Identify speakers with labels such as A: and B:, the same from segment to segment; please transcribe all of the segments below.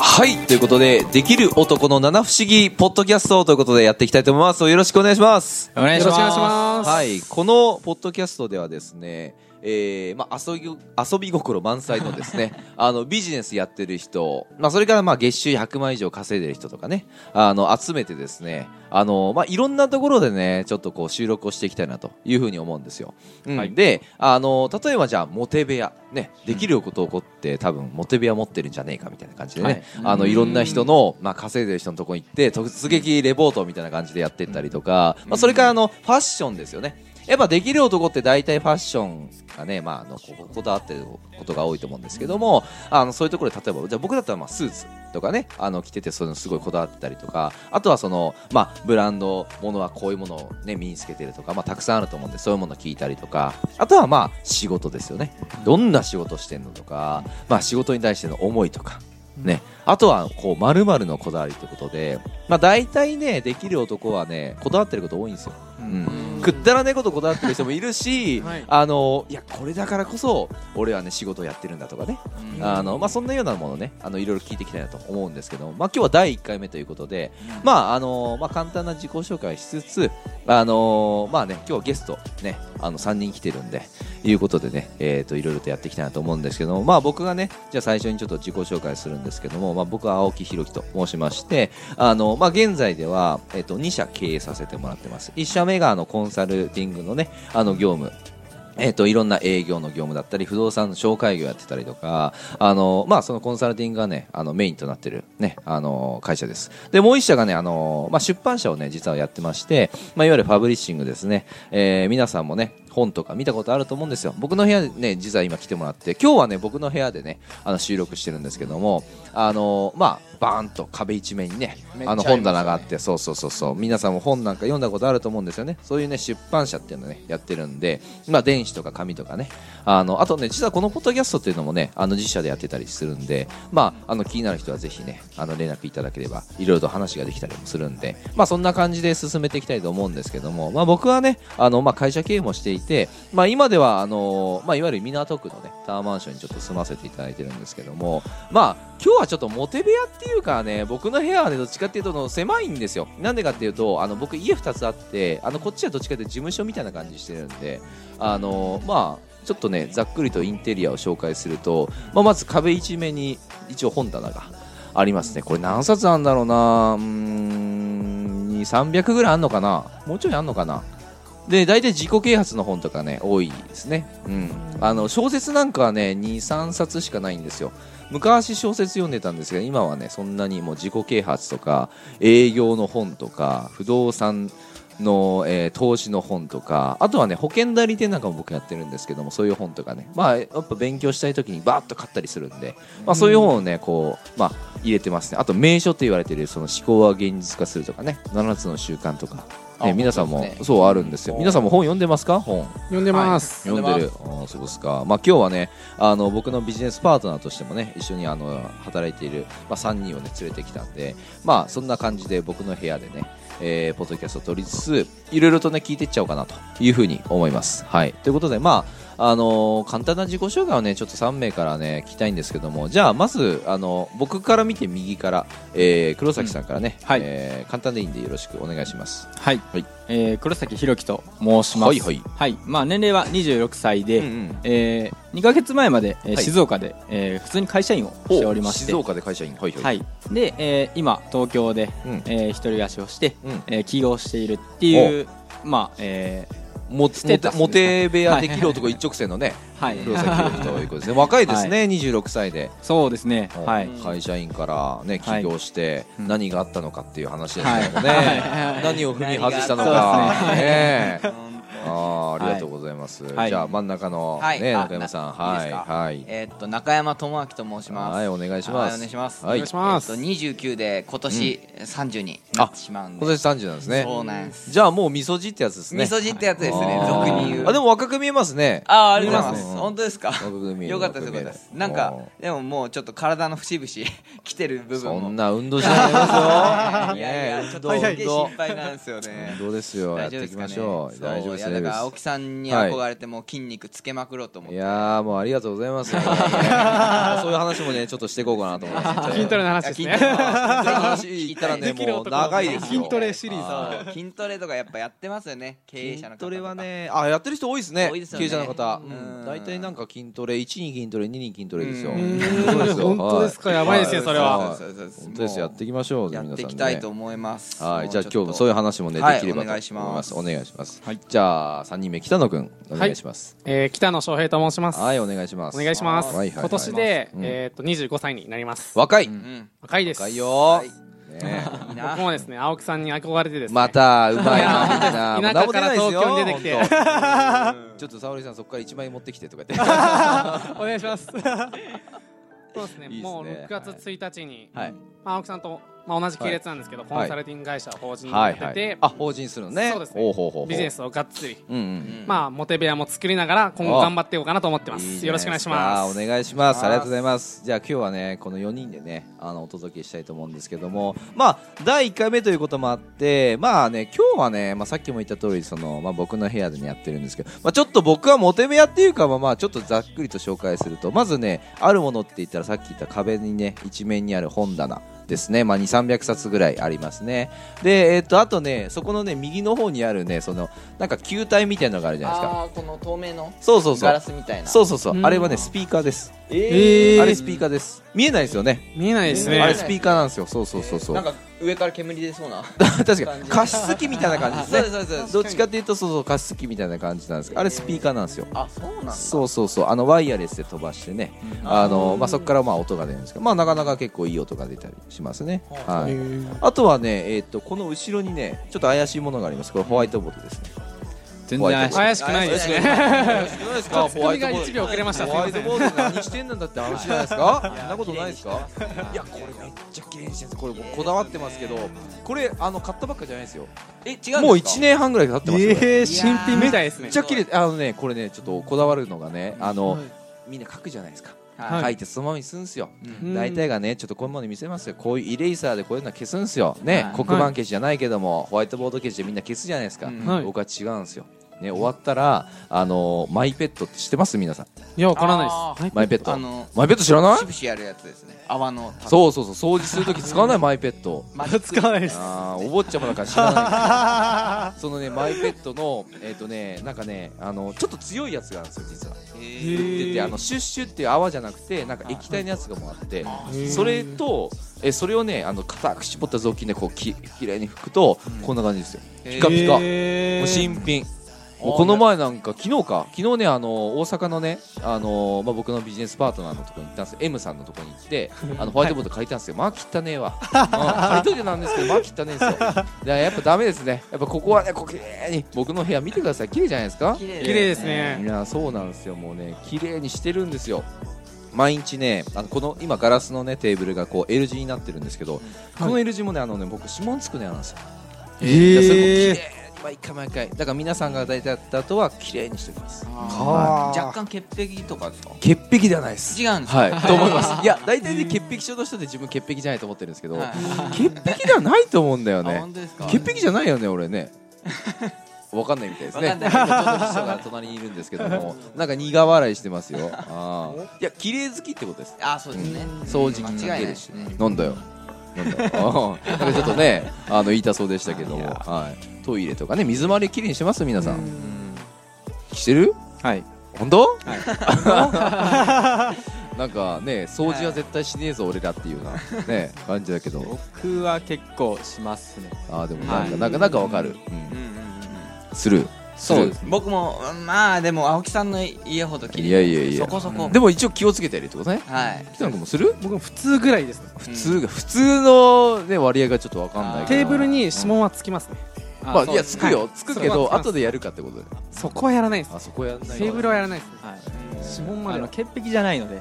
A: はい、ということで、できる男の七不思議ポッドキャストということでやっていきたいと思います。よろしくお願いします。
B: お願いします。
A: はい、このポッドキャストではですね、えーまあ、遊び遊び心満載のです ねあのビジネスやってる人、まあ、それからまあ月収100万以上稼いでる人とかねあの集めてですねあの、まあ、いろんなところでねちょっとこう収録をしていきたいなというふうに思うんですよ、うん
B: はい
A: であの例えばじゃあモテ部屋、ね、できることを起こって多分モテ部屋持ってるんじゃねえかみたいな感じでね、
B: はい
A: あの
B: うん
A: いろんな人の、まあ、稼いでる人のとこに行って突撃レポートみたいな感じでやってったりとか、まあ、それからあのファッションですよねやっぱできる男って大体ファッションがね、まあ、あのこここだわってることが多いと思うんですけどもあのそういうところで例えばじゃあ僕だったらまあスーツとかねあの着ててそういうのすごいこだわってたりとかあとはその、まあ、ブランドものはこういうものを、ね、身につけてるとか、まあ、たくさんあると思うんでそういうもの聞いたりとかあとはまあ仕事ですよねどんな仕事してんのとか、まあ、仕事に対しての思いとか。ね、あとはこう丸々のこだわりということで、まあ、大体ねできる男はねこだわってること多いんですよ。うん、くったらねえことこだわってる人もいるし、
C: はい
A: あのいやこれだからこそ俺はね仕事をやってるんだとかね、
B: うん
A: あのまあ、そんなようなものねあのいろいろ聞いていきたいなと思うんですけども、まあ、今日は第1回目ということで、まああのまあ、簡単な自己紹介しつつ、あのまあね、今日はゲスト、ね、あの3人来てるんでいうことでね、えー、といろいろとやっていきたいなと思うんですけども、まあ、僕がねじゃあ最初にちょっと自己紹介するんですけども、まあ、僕は青木弘樹と申しまして、あのまあ、現在では、えー、と2社経営させてもらってます1社目があのコンサルティングの,、ね、あの業務えっといろんな営業の業務だったり不動産の紹介業やってたりとかあの、まあ、そのコンサルティングが、ね、あのメインとなってる、ね、あの会社ですでもう一社が、ねあのまあ、出版社を、ね、実はやってまして、まあ、いわゆるファブリッシングですね、えー皆さんも、ね、本とか見たことあると思うんですよ僕の部屋で、ね、実は今来てもらって今日は、ね、僕の部屋で、ね、あの収録してるんですけどもあの、まあ、バーンと壁一面に、ね
B: めっちゃ
A: あの
B: あり
A: 本
B: ますよね
A: 棚があってってそうそうそうそう皆さんも本なんか読んだことあると思うんですよねそういうね出版社っていうのねやってるんでまあ電子とか紙とかねあのあとね実はこのポッドキャストっていうのもねあの自社でやってたりするんでまああの気になる人はぜひねあの連絡いただければいろいろと話ができたりもするんでまあそんな感じで進めていきたいと思うんですけどもまあ僕はねあのまあ会社経営もしていてまあ今ではあのまあいわゆる港区のねタワーマンションにちょっと住ませていただいてるんですけどもまあ今日はちょっとモテ部屋っていうかね僕の部屋はねどっちかっていうと狭いんですよなんでかっていうとあの僕家2つあってあのこっちはどっちかっていうと事務所みたいな感じしてるんであのまあちょっとねざっくりとインテリアを紹介すると、まあ、まず壁一面に一応本棚がありますねこれ何冊あんだろうなうーん300ぐらいあんのかなもうちょいあんのかなで大体自己啓発の本とかね多いですね、うん、あの小説なんかはね23冊しかないんですよ昔小説読んでたんですけど今はねそんなにもう自己啓発とか営業の本とか不動産の、えー投資の本とかあとはね保険代理店なんかも僕やってるんですけどもそういう本とかねまあやっぱ勉強したい時にバーッと買ったりするんで、まあ、そういう本をねこう、まあ、入れてますねあと名所と言われてるその思考は現実化するとかね7つの習慣とか、ね、
B: あ
A: 皆さんも
B: 本当ですね
A: そうあるんですよ
B: お
A: 皆さんも本読んでますか本
C: 呼んでます、
A: 読んでるあーそうですか、まあ、今日はねあの僕のビジネスパートナーとしてもね一緒にあの働いている、まあ、3人をね連れてきたんで、まあ、そんな感じで僕の部屋でね、えーポッドキャストを撮りつついろいろとね聞いていっちゃおうかなというふうに思います。はい、ということでまああのー簡単な自己紹介をねちょっと3名からね聞きたいんですけどもじゃあまずあの僕から見て右から、えー黒崎さんからね、
B: うんはい
A: えー簡単でいいんでよろしくお願いします。
B: はい、
A: はい
B: えー黒崎弘樹と申します。
A: はいはい
B: まあ年齢は26歳で、
A: うんうん
B: え2ヶ月前まで、えー
A: はい
B: 静岡で、えー普通に会社員をしておりまして、
A: 静岡で会社員、はいはい
B: はい。で、えー今東京で、
A: うん
B: えー一人暮らしをして、
A: うん
B: えー起業しているっていうまあ、え
A: モ
B: ス
A: テ
B: テータス
A: モテ部屋できる男一直線のね、
B: ーはい。
A: 黒崎博樹ということですね。若いですね、26歳で、
B: そうですね。はい。
A: 会社員からね起業して
B: うん
A: 何があったのかっていう話です
B: はい
A: けどもね、何を踏み外したの
B: 何があっ
A: か
B: たのか、
A: ねえ、
D: 本当
A: あーありがとうございます。
B: はい
A: じゃあ真ん中の
D: はい
A: ね
D: あ
A: 中山さん、
D: な
A: はい
D: いいですか
A: はい
D: えーっと中山智明と申します。
A: はいお願いします
D: はいお願いします。
A: はい
C: お願いします
D: えーっと二十九で今年三十になってしまうん
A: 今
D: で。
A: 年30なんですね。
D: そうなんです。
A: じゃあもう味噌汁ってやつですね。
D: 味噌汁ってやつですね。
A: あー
D: 俗に言う。
A: あでも若く見えますね。
D: あーありがとうござい
A: 見えます
D: ます。
A: ね
D: 本当ですか。
A: 若く見える
D: よかったですよかったです。なんか
A: あ
D: でももうちょっと体の節々 来てる部分も。
A: そんな運動しないでますよ。
D: いやいや
A: ね
D: ちょ
A: 運
D: っと
A: 動
D: す
A: 運
D: げえ心
A: 動
D: 配なんですよね。
A: 運動ですよ。や
D: 大
A: って
D: 丈夫
A: い
D: で
A: き
D: すか
A: ま
D: ね
A: しょう。大丈夫です。
D: そういやだから青木さんに憧れてもう筋肉つけまくろうと思っ
A: い
D: て、
A: やーもうありがとうございます。そういう 話もね、ちょっとしていこうかなと思います。
C: 筋トレの話です
D: 筋
C: ね
D: トレ
A: 話
D: 聞
A: 聞
D: い
A: い
D: た
A: た
D: ら
A: ら
D: ね
A: ね、もう長いですよ。
C: 筋トレシリーズ
A: あ
D: そう筋トレとかやっぱやってます よね経営者
A: 筋
D: の方とか
A: トレはね、あ、やってる人多いですね。
D: 多いですよ
A: 経
D: ね
A: 営者の方。
D: う
A: うんん大体なんか筋トレ、1に筋トレ、2に筋トレですよ。
D: う
A: 本
D: ん
A: 当ですよ
C: 本当ですかやばいですよそれは
D: そうそうそうそう
A: 本当ですよやっていきましょう
D: や
A: 皆さんね
D: っていきたいと思います
A: はい、じゃあ
D: もちょ
A: 今
D: っと
A: 日そういう話もね、
D: はい
A: できればと思い
D: お願
A: ま
D: いし
A: す。
D: ます
A: お願いします。
B: はい
A: じゃあ、3人目、北野くん、お願いします。
C: えー北野翔平と申します。
A: はい、お願いします。
C: お願いします。
A: はいはいはい
C: 今年で、
A: うん
C: えーっと25歳になります。
A: 若い
D: うん
C: 若いです。
A: 若い
D: は
A: よ
D: い
A: ね
D: いいな
C: 僕もですね青木さんに憧れてですね。
A: また、うまいな、みんな。
C: 田舎から東京に出てきて
A: もう名も出ないですよ。 ちょっと沙織さん、そこから1万円持ってきてとか言って。
C: お願い します。そうですね。
A: いいですね
C: もう6月1日に、
A: はい。
C: まあ、青木さんと、まあ、同じ系列なんですけど、コンサルティング会社を法人に
A: は
C: や
A: い
C: ってて、
A: はい。あ、法人するのね。
C: そうですね
A: ほうほうほうほう
C: ビジネ。スをがっつり、
A: うんう。
D: うんん
C: まあモテ部屋も作りながら今後頑張っていこうかなと思ってます。
A: いいじゃ
C: よろ
A: な
C: し
A: で
C: くお願いします。
A: かお願いします。ありがとうございます。じゃあ今日はね、この4人でね、あのお届けしたいと思うんですけども、まあ第1回目ということもあって、まあね今日はね、まあさっきも言った通りそのまあ僕の部屋でねやってるんですけど、まあちょっと僕はモテ部屋っていうかまあまあちょっとざっくりと紹介すると、まずねあるものって言ったらさっき言った壁にね一面にある本棚。ですね、まあ、2300冊ぐらいありますねで、えっとあとねそこのね右の方にあるねそのなんか球体みたいなのがあるじゃないですか
D: あーこの透明の
A: そうそうそう
D: ガラスみたいな
A: そうそうそう、
C: うん
A: あれはねスピーカーです、
C: えー
A: あれスピーカーです見えないですよね
C: 見えないですね。
A: あれスピーカーなんですよそうそうそうそう、
D: なんか上から煙出 そうな
A: 確か
D: 感
A: に
D: じ
A: 加湿器みたいな感じ ですね
D: そうですそうです
A: どっちかっていうとそうそう加湿器みたいな感じなんですけどあれスピーカーなんですよ
D: あそうなんだ
A: そうそうそうあのワイヤレスで飛ばしてね、あのまあ、そこからまあ音が出るんですけど、まあ、なかなか結構いい音が出たりしますね、はいあとはね、えっとこの後ろにねちょっと怪しいものがありますこれホワイトボードです ね
B: 全然怪しい
C: 怪しくないですね。
A: 怪しくないですか
C: ツッコミが1秒遅れました。す
A: ホ
C: いま
A: ワ
C: せ
A: イ
C: ん
A: トボードで何してんのんだって話じゃないですかそんなことないですかいやこれめっちゃ経営してるんですこれこだわってますけどこれあの買ったばっかじゃないですよ
D: え違うんですか
A: もう1年半ぐらい経ってますよこれ
C: えー、新品みたいです
A: め
C: ね
A: っち。ゃ綺麗あのねこれねちょっとこだわるのがねあの
C: はい
A: みんな書くじゃないですか
D: はい
A: 書いてそのままにするんですよ
C: うん
A: 大体がねちょっとこういうものに見せますよこういうイレイサーでこういうのは消すんですよね
D: はい
A: 黒板消しじゃないけどもホワイトボード消しでみんな消すじゃないですか
D: うん
C: はい
A: 僕は違うんですよね終わったらあのマイペットって知ってます皆さん
C: いやわからないです。
A: マイペッ
D: あ
A: ト
D: の
A: マイペット知らない
D: しぶしやるやつですね泡の束
A: そうそうそう掃除するとき使わないマイペット
D: マジック
C: 使わないです。
A: ああお坊ちゃまだから知らないそのねマイペットのえっ、とねなんかねあのちょっと強いやつがあるんですよ実は
D: へ
C: へ
D: ー
C: ー
A: でであのシュッシュっていう泡じゃなくてなんか液体のやつがもあって
C: ー
A: それとえそれをねあの固く絞った雑巾でこうききれいに拭くとこんな感じですよピカピカもう
C: え
A: 新品もうこの前なんか昨日か昨日ねあの大阪のねあの、まあ、僕のビジネスパートナーのところに行ったんですよ M さんのところに行ってあのホワイトボード書いたんですよ、まあ汚ねえわうん書いといてなんですけどまあ汚ねえんですよでやっぱダメですねやっぱここはねこう綺麗に僕の部屋見てください綺麗じゃないですか
D: 綺麗
C: ー綺麗ですね
A: い。やそうなんですよもうね綺麗にしてるんですよ毎日ねあのこの今ガラスのねテーブルがこう L 字になってるんですけど、この L 字もねあのね僕指紋つくねなんですよ
C: え
A: いやそれも綺麗
C: ー
A: に毎回毎回だから皆さんが大体やった後は綺麗にしておきます
D: あー若干潔癖とかですか
A: 潔癖ではないです
D: 違うんですか
A: はいと思いますいや大体ね潔癖症の人で自分潔癖じゃないと思ってるんですけど、
D: は
A: 潔癖ではないと思うんだよ
D: いあ
A: ね
D: 本当ですか
A: 潔癖じゃないよね俺ね わかんないみたいですね
D: わかんない
A: ちょっと秘書が隣にいるんですけども なんか苦笑いしてますよあーいや綺麗好きってことです
D: あそうですね
A: 掃除機か
D: 間違い
A: け
D: ないで
A: る
D: す
A: し
D: ね
A: なんだよなんだよあーなんかちょっとねあの言いたそうでしたけども、はい、トイレとかね水回りきれいにしてます皆さんしてる
B: はい
A: 本当
B: はい
A: なんかね掃除は絶対しねえぞ俺らっていうようなね感じだけど
B: 僕は結構しますね
A: あーでもなんか、
B: はい
A: なんかなんかわかる、
D: うんうんうんうん
A: うんする
B: そうです
D: 僕もまあでも青木さんの家ほど綺麗
A: いやいやいや
D: そこそこ
A: でも一応気をつけてやるってことね
D: はい
A: 北野君もする
C: 僕も普通ぐらいですね。
A: 普通が、普通の、ね、割合がちょっとわかんないけど
C: テーブルに指紋はつきますね。
B: あ
A: まあ、
B: そ
A: いうや
B: です
A: つくよ、つくけど
C: そこはつきます
A: 後でやるかってことで
C: そこはやらないです。
A: あそこやんない
C: テーブルはやらないですね。
B: はい
C: 指紋ま
B: あ
C: で
B: の
C: は。
B: 潔癖じゃないの で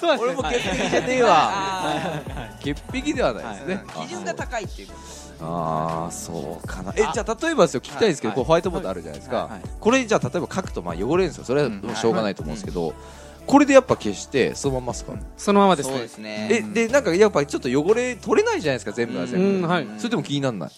C: そうですね
A: 俺も潔癖じゃねえわ
D: あ
A: 潔癖ではないですね
B: は
D: ー基準が
A: い
D: 高いっていうこと
A: あーそうかなえじゃあ例えばですよ聞きたいですけど
B: はい
A: こうホワイトボードあるじゃないです
B: はい
A: か
B: はい
A: これじゃあ例えば書くとまあ汚れるんですよそれはもうしょうがないと思うんですけどこれでやっぱ消してそのまんまっすか
C: そのままです
D: そう
C: ね
D: で。すね
A: えでなんかやっぱちょっと汚れ取れないじゃないですか全部は
C: う
A: 全
C: ん
A: 部
C: はい
A: それでも気になんない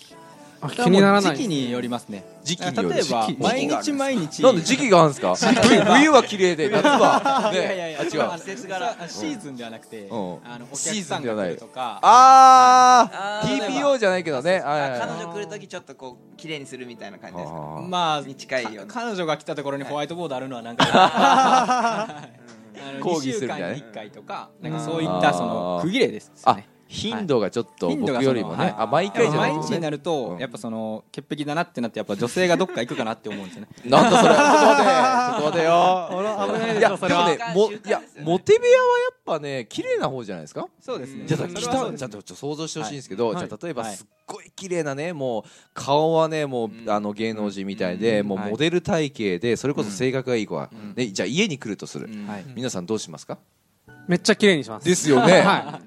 C: あ気にならない
B: 時期によりますね
A: 時期
B: 例
A: による
B: えば
A: 時期
B: 毎
D: 時期
B: 日毎日
A: なんで時期があるんですか冬冬は綺 麗で夏はね
B: いやいやいや
A: あ違
B: それは
A: う
B: 季節柄あシーズンではなくて、
A: うん
B: あのお客
A: シーズ
B: さ
A: ン
B: ん
A: では
B: が
A: ない
B: 来るとか
A: あ
D: はい
A: ー TPO じゃないけどねはいはい
D: 彼女来るときちょっとこう綺麗にするみたいな感じですか
A: あー
B: まあ
D: に近いような
B: か彼女が来たところにホワイトボードあるのはなん かはいあの
A: 抗議するみたい
B: 2週
A: な
B: 間
A: ね
B: に1回とかなんかそういったその区切れです
A: あ
B: ね
A: 頻度がちょっと
B: 頻度が
A: 僕
B: その
A: よりも
B: は
A: ね
B: い
A: あ毎回じゃない
B: 毎日になる
A: う
B: と
A: ん
B: やっぱその潔癖だなってなってやっぱ女性がどっか行くかなって思うんですよね
A: なんだそれちょっと待てちょっ と待てよ
C: 危ないですよ
A: いや
C: そ
A: で
C: れ
A: も
C: は
A: ねもいやモテ部屋はやっぱね綺麗な方じゃないですか
B: そうですね
A: じゃあさ
B: それは
A: 来
B: そ
A: た
B: うで
A: ち
B: す
A: ゃんとちょっと想像してほしいんですけど、
B: はい
A: じゃあ例えば
B: はい
A: すっごい綺麗なねもう顔はねもう、
D: うん
A: あの芸能人みたいで、
B: うん
A: もう
B: はい
A: モデル体型でそれこそ性格がいい子は、
D: ん
A: ね、じゃあ家に来るとする、
D: うん
B: はい
A: 皆さんどうしますか
C: めっちゃ綺麗にします
A: ですよね、
C: は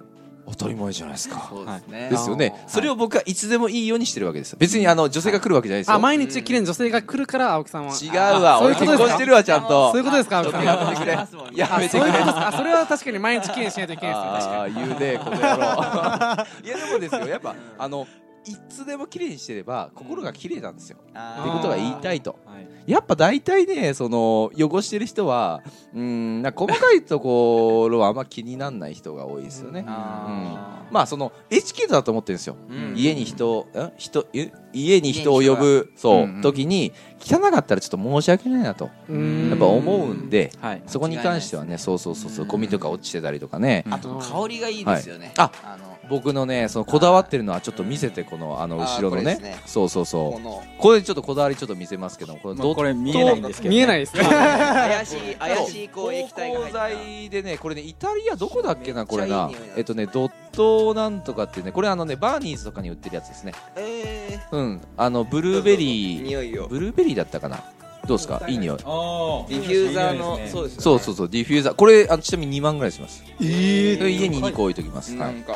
A: 当たり前じゃないですか
D: そうですね
A: ですよね
C: あー
A: それを僕はいつでもいいようにしてるわけですよ別にあの女性が来るわけじゃないですよ、
C: あ毎日綺麗に女性が来るから青木さんは
A: 違うわ
C: あそう
A: 俺
C: いうこ
A: 結
C: とです
A: 婚
C: か
A: してるわちゃんと
C: そういうことですか青木さ
A: や
C: ん
A: め
C: あ
A: てくれ
D: あそうです
A: やめて
C: そう
A: く
C: いうこ
A: れ
C: とですかあそれは確かに毎日綺麗にしないといけないですよ確か
A: ああ言うねこの野郎いやでもですよやっぱあのいつでも綺麗にしてれば心が綺麗なんですよ、
D: あー
A: ってことが言いたいと
B: はい
A: やっぱ大体ねその汚してる人はうんなんか細かいところはあんま気にならない人が多いですよね
D: あ
A: まあそのエチケートだと思ってるんですよ、
D: うん
A: 家に人をん人え家に人を呼ぶそう、
B: うんうん
A: 時に汚かったらちょっと申し訳ないなと
C: にうん
A: やっぱ思うんで
B: はい
A: そこに関してはねそうそうそうそう
D: うん
A: ゴミとか落ちてたりとかね、
D: あと香りがいいですよね
A: はい
D: あの
A: 僕のねそのこだわってるのはちょっと見せてこのあの
D: あー
A: 後ろの
D: これ
A: ね
D: ですね
A: そうそうそ
D: この
A: うこれちょっとこだわりちょっと見せますけどこれ
B: まあこれ見えないんですけどね
C: 見えないですけどね
D: 怪しい怪しいこう液体が入った
A: 剤でねこれねイタリアどこだっけなこれな
D: めっちゃいい匂いだ
A: えっとねドットなんとかっていうねこれあのねバーニーズとかに売ってるやつですね
D: え
A: うんあのブルーベリ
D: ー
A: ー
D: 匂いを
A: ブルーベリーだったかなどうですかいい匂い
B: あー
D: ディフューザーの
B: いい匂いですね
D: そうですよね
A: そうそうそうディフューザーこれあのちなみに2万ぐらいします
D: え
A: これ家に2個置いときます、は
D: ないんか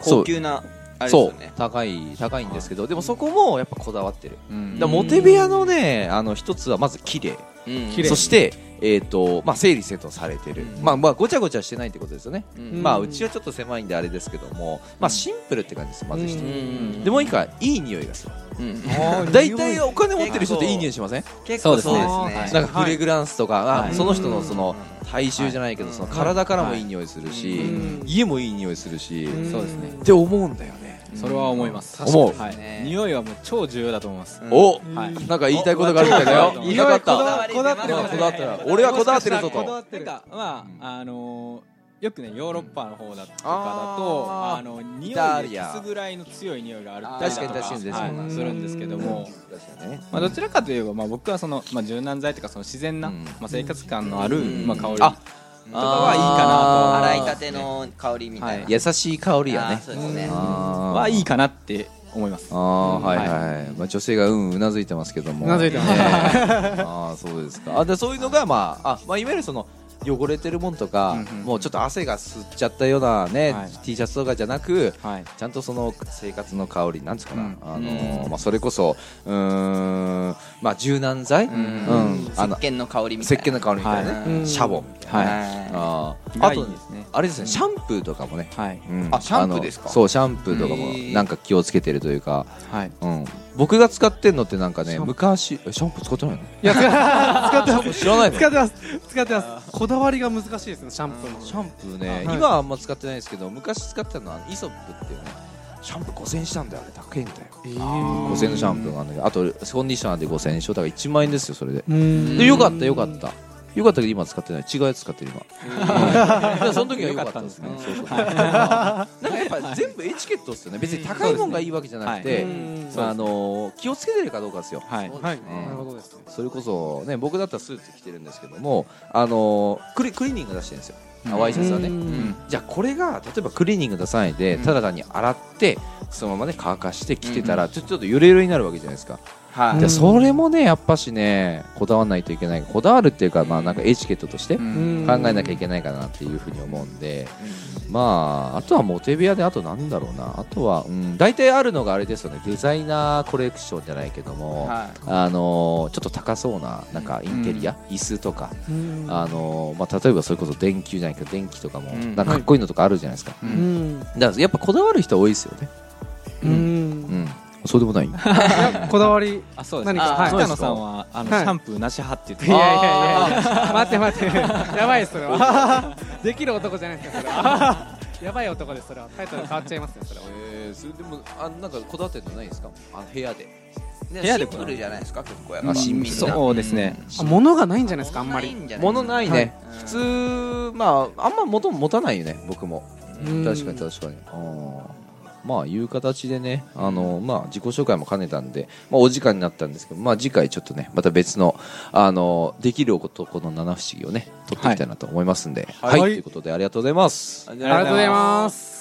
A: そう
D: 高級なあれです
A: そ
D: よ
A: う
D: ね
A: 高い高いんですけどでもそこもやっぱこだわってる
B: うん
A: だからモテ部屋のねあの一つはまず綺麗
D: うん
C: 綺麗
A: そしてえっ、とまあ整理整頓されてる、
D: うん
A: まあまあごちゃごちゃしてないってことですよね
D: うん
A: まあうちはちょっと狭いんであれですけども、まあシンプルって感じですまず一つ、
C: うん
A: でもう一回いい匂いがする
D: うん
A: 大体お金持ってる人っていい匂いしません
D: 結
B: そう
D: 構
B: です
D: そう
B: ね
D: です
A: な
D: ね
A: んかフレグランスとか、あ
B: はい
A: その人のその
D: う
A: 体臭じゃないけど
D: はい
A: その体からもいい匂いするし、
C: うん
A: 家もいい匂いするし、
C: ん
B: そうですね
A: って思うんだよね、
B: それは思います
A: うん思う
B: はい
D: ね
B: 匂いはもう超重要だと思います
D: うん
A: お
B: はい
A: なんか言いたいことがあるみたいだよ
B: お
A: 言いたかっ
D: こだ
A: た
D: わり出ますね
A: こだわってるこだわってる俺はこだわってるぞ
B: こだわ
A: と
B: ってるなんかまああのーよくねヨーロッパの方だとかだと
A: あー
B: あの匂い
A: イ
B: で
A: タリア
B: 消すぐらいの強い匂いがある
D: 確かに
B: だと
A: 確かに
B: はい
A: 確かに
B: するんですけども
A: 確かにね
B: まあどちらかといえばまあ僕はそのまあ柔軟剤とかその自然な
A: うん
B: まあ生活感のある
D: ん
B: まあ香り
A: あ
D: と
B: とかはいいか
A: あー
D: 洗
B: なと
D: いたての香りみたいな
B: はい
A: 優しい香りや
D: あ
A: ね
D: ーそうですね
A: あー
B: はいいかなって思います
A: ああーはいはい、
B: は
A: まあ、女性がうんうなずいてますけども
C: うなずいてます
A: ねああそうですかあでそういうのが、まああまあ、いわゆるその汚れてるもんとか、
B: うんうん
A: もうちょっと汗が吸っちゃったような、ね
B: はい
A: T シャツとかじゃなく
B: はい
A: ちゃんとその生活の香りなんつうかな、
B: うん
A: あのーまあ、それこそうーん、まあ、柔軟剤、うん
D: ん
A: あ
D: 石
A: の
D: 鹸の香りみた
A: 石
D: い
A: 鹸
D: な
A: の香りみたいなね、
D: は
C: うん
A: シャボンみたいな、
B: はい
D: は
A: あー
B: が
A: あ
B: い
A: と
B: いですね
A: あれですねシャンプーとかもね、
B: はい
A: うん
D: あシャンプーです
A: あ
D: か
A: のそうシャンプーとか
D: へ
A: も
D: ー
A: なんか気をつけてるというか、
B: はい
A: うん、僕が使ってんのってなんか
C: シ
A: ね
C: ャンプー
A: 昔えシャンプー使ってないの
C: いや使ってます
A: 知らないのシ
C: 使ってます使ってますこだわりが難しいですねシャンプーの
A: ャンプーね、
C: あはい
A: 今はあんま使ってないですけど昔使ってたのはイソップっていうねシャンプー5000円したんだよあれ高いんだよ
C: ええ
A: 5000円のシャンプーがあるんだけどあとコンディショナーで5000円でしょだから1万円ですよそれで
C: うん
A: でよかったよかったよかったけど今使ってない違うやつ使ってる今だ からその時は良かったです ね
D: よかった
A: そ
D: んですね
A: うそうなんかやっぱ全部エチケットですよね別に高いもんがいいわけじゃなくて、
C: そうですね
A: まああのー気をつけてるかどうかですよ
B: はい
C: はい
A: うん
C: なるほどですね
A: それこそね僕だったらスーツ着てるんですけどもあのークリクリーニング出してるんですよあワイシャツはね
C: うん
A: じゃあこれが例えばクリーニング出さないで
D: うん
A: ただ単に洗ってそのままね乾かして着てたらちょちょっとゆるゆるになるわけじゃないですか
D: は
C: うん
A: じゃあそれもねやっぱしねこだわらないといけないこだわるっていうかまあなんかエチケットとして
B: うん
A: 考えなきゃいけないかなっていうふうに思うんで
D: い
A: まああとはモテ部屋であとなんだろうなあとはうん大体あるのがあれですよねデザイナーコレクションじゃないけども
D: は
A: あのーちょっと高そうななんかインテリア、椅子とか、
C: うん
A: あのーまあ、例えばそれこそ電球じゃないけど電気とかも、
D: うん
A: なんかかっこいいのとかあるじゃないですか、
C: うん
A: だからやっぱこだわる人多いですよね、
C: うん
A: うん、そうでもない
C: いやこだわり
B: あそうですね
C: 何
A: か
B: あ
A: はい
B: 北野さんはあのシ
C: はい
B: ャンプーなし派って
C: いや
B: 言っ
C: い
B: て
C: やいやいや待って待ってやばいですそれは できる男じゃないですかそれ はやばい男ですそれはタイトル変わっちゃいますねそれは
A: えー、それでもあなんかこだわってんのないんですかあ部屋で
D: で
B: 部屋で
D: シンプルじゃないですか結構やっ
A: ま
D: ぱ
A: あ
D: 親密な
B: そうですね
C: あ物がないんじゃないですかあん
D: 物な
C: ま
D: い
C: り
D: んじゃない
A: 物ないね、
D: はい
A: 普通まああんま元持たないよね僕も
C: うん
A: 確かに確かにあーまあいう形でねあの、まあ、自己紹介も兼ねたんで、まあ、お時間になったんですけど、まあ、次回ちょっとねまた別のあのできる男の七不思議をね取っていきたいなと思いますんではい、
B: はい
A: ということでありがとうございます、
B: あり
C: ありがとうございます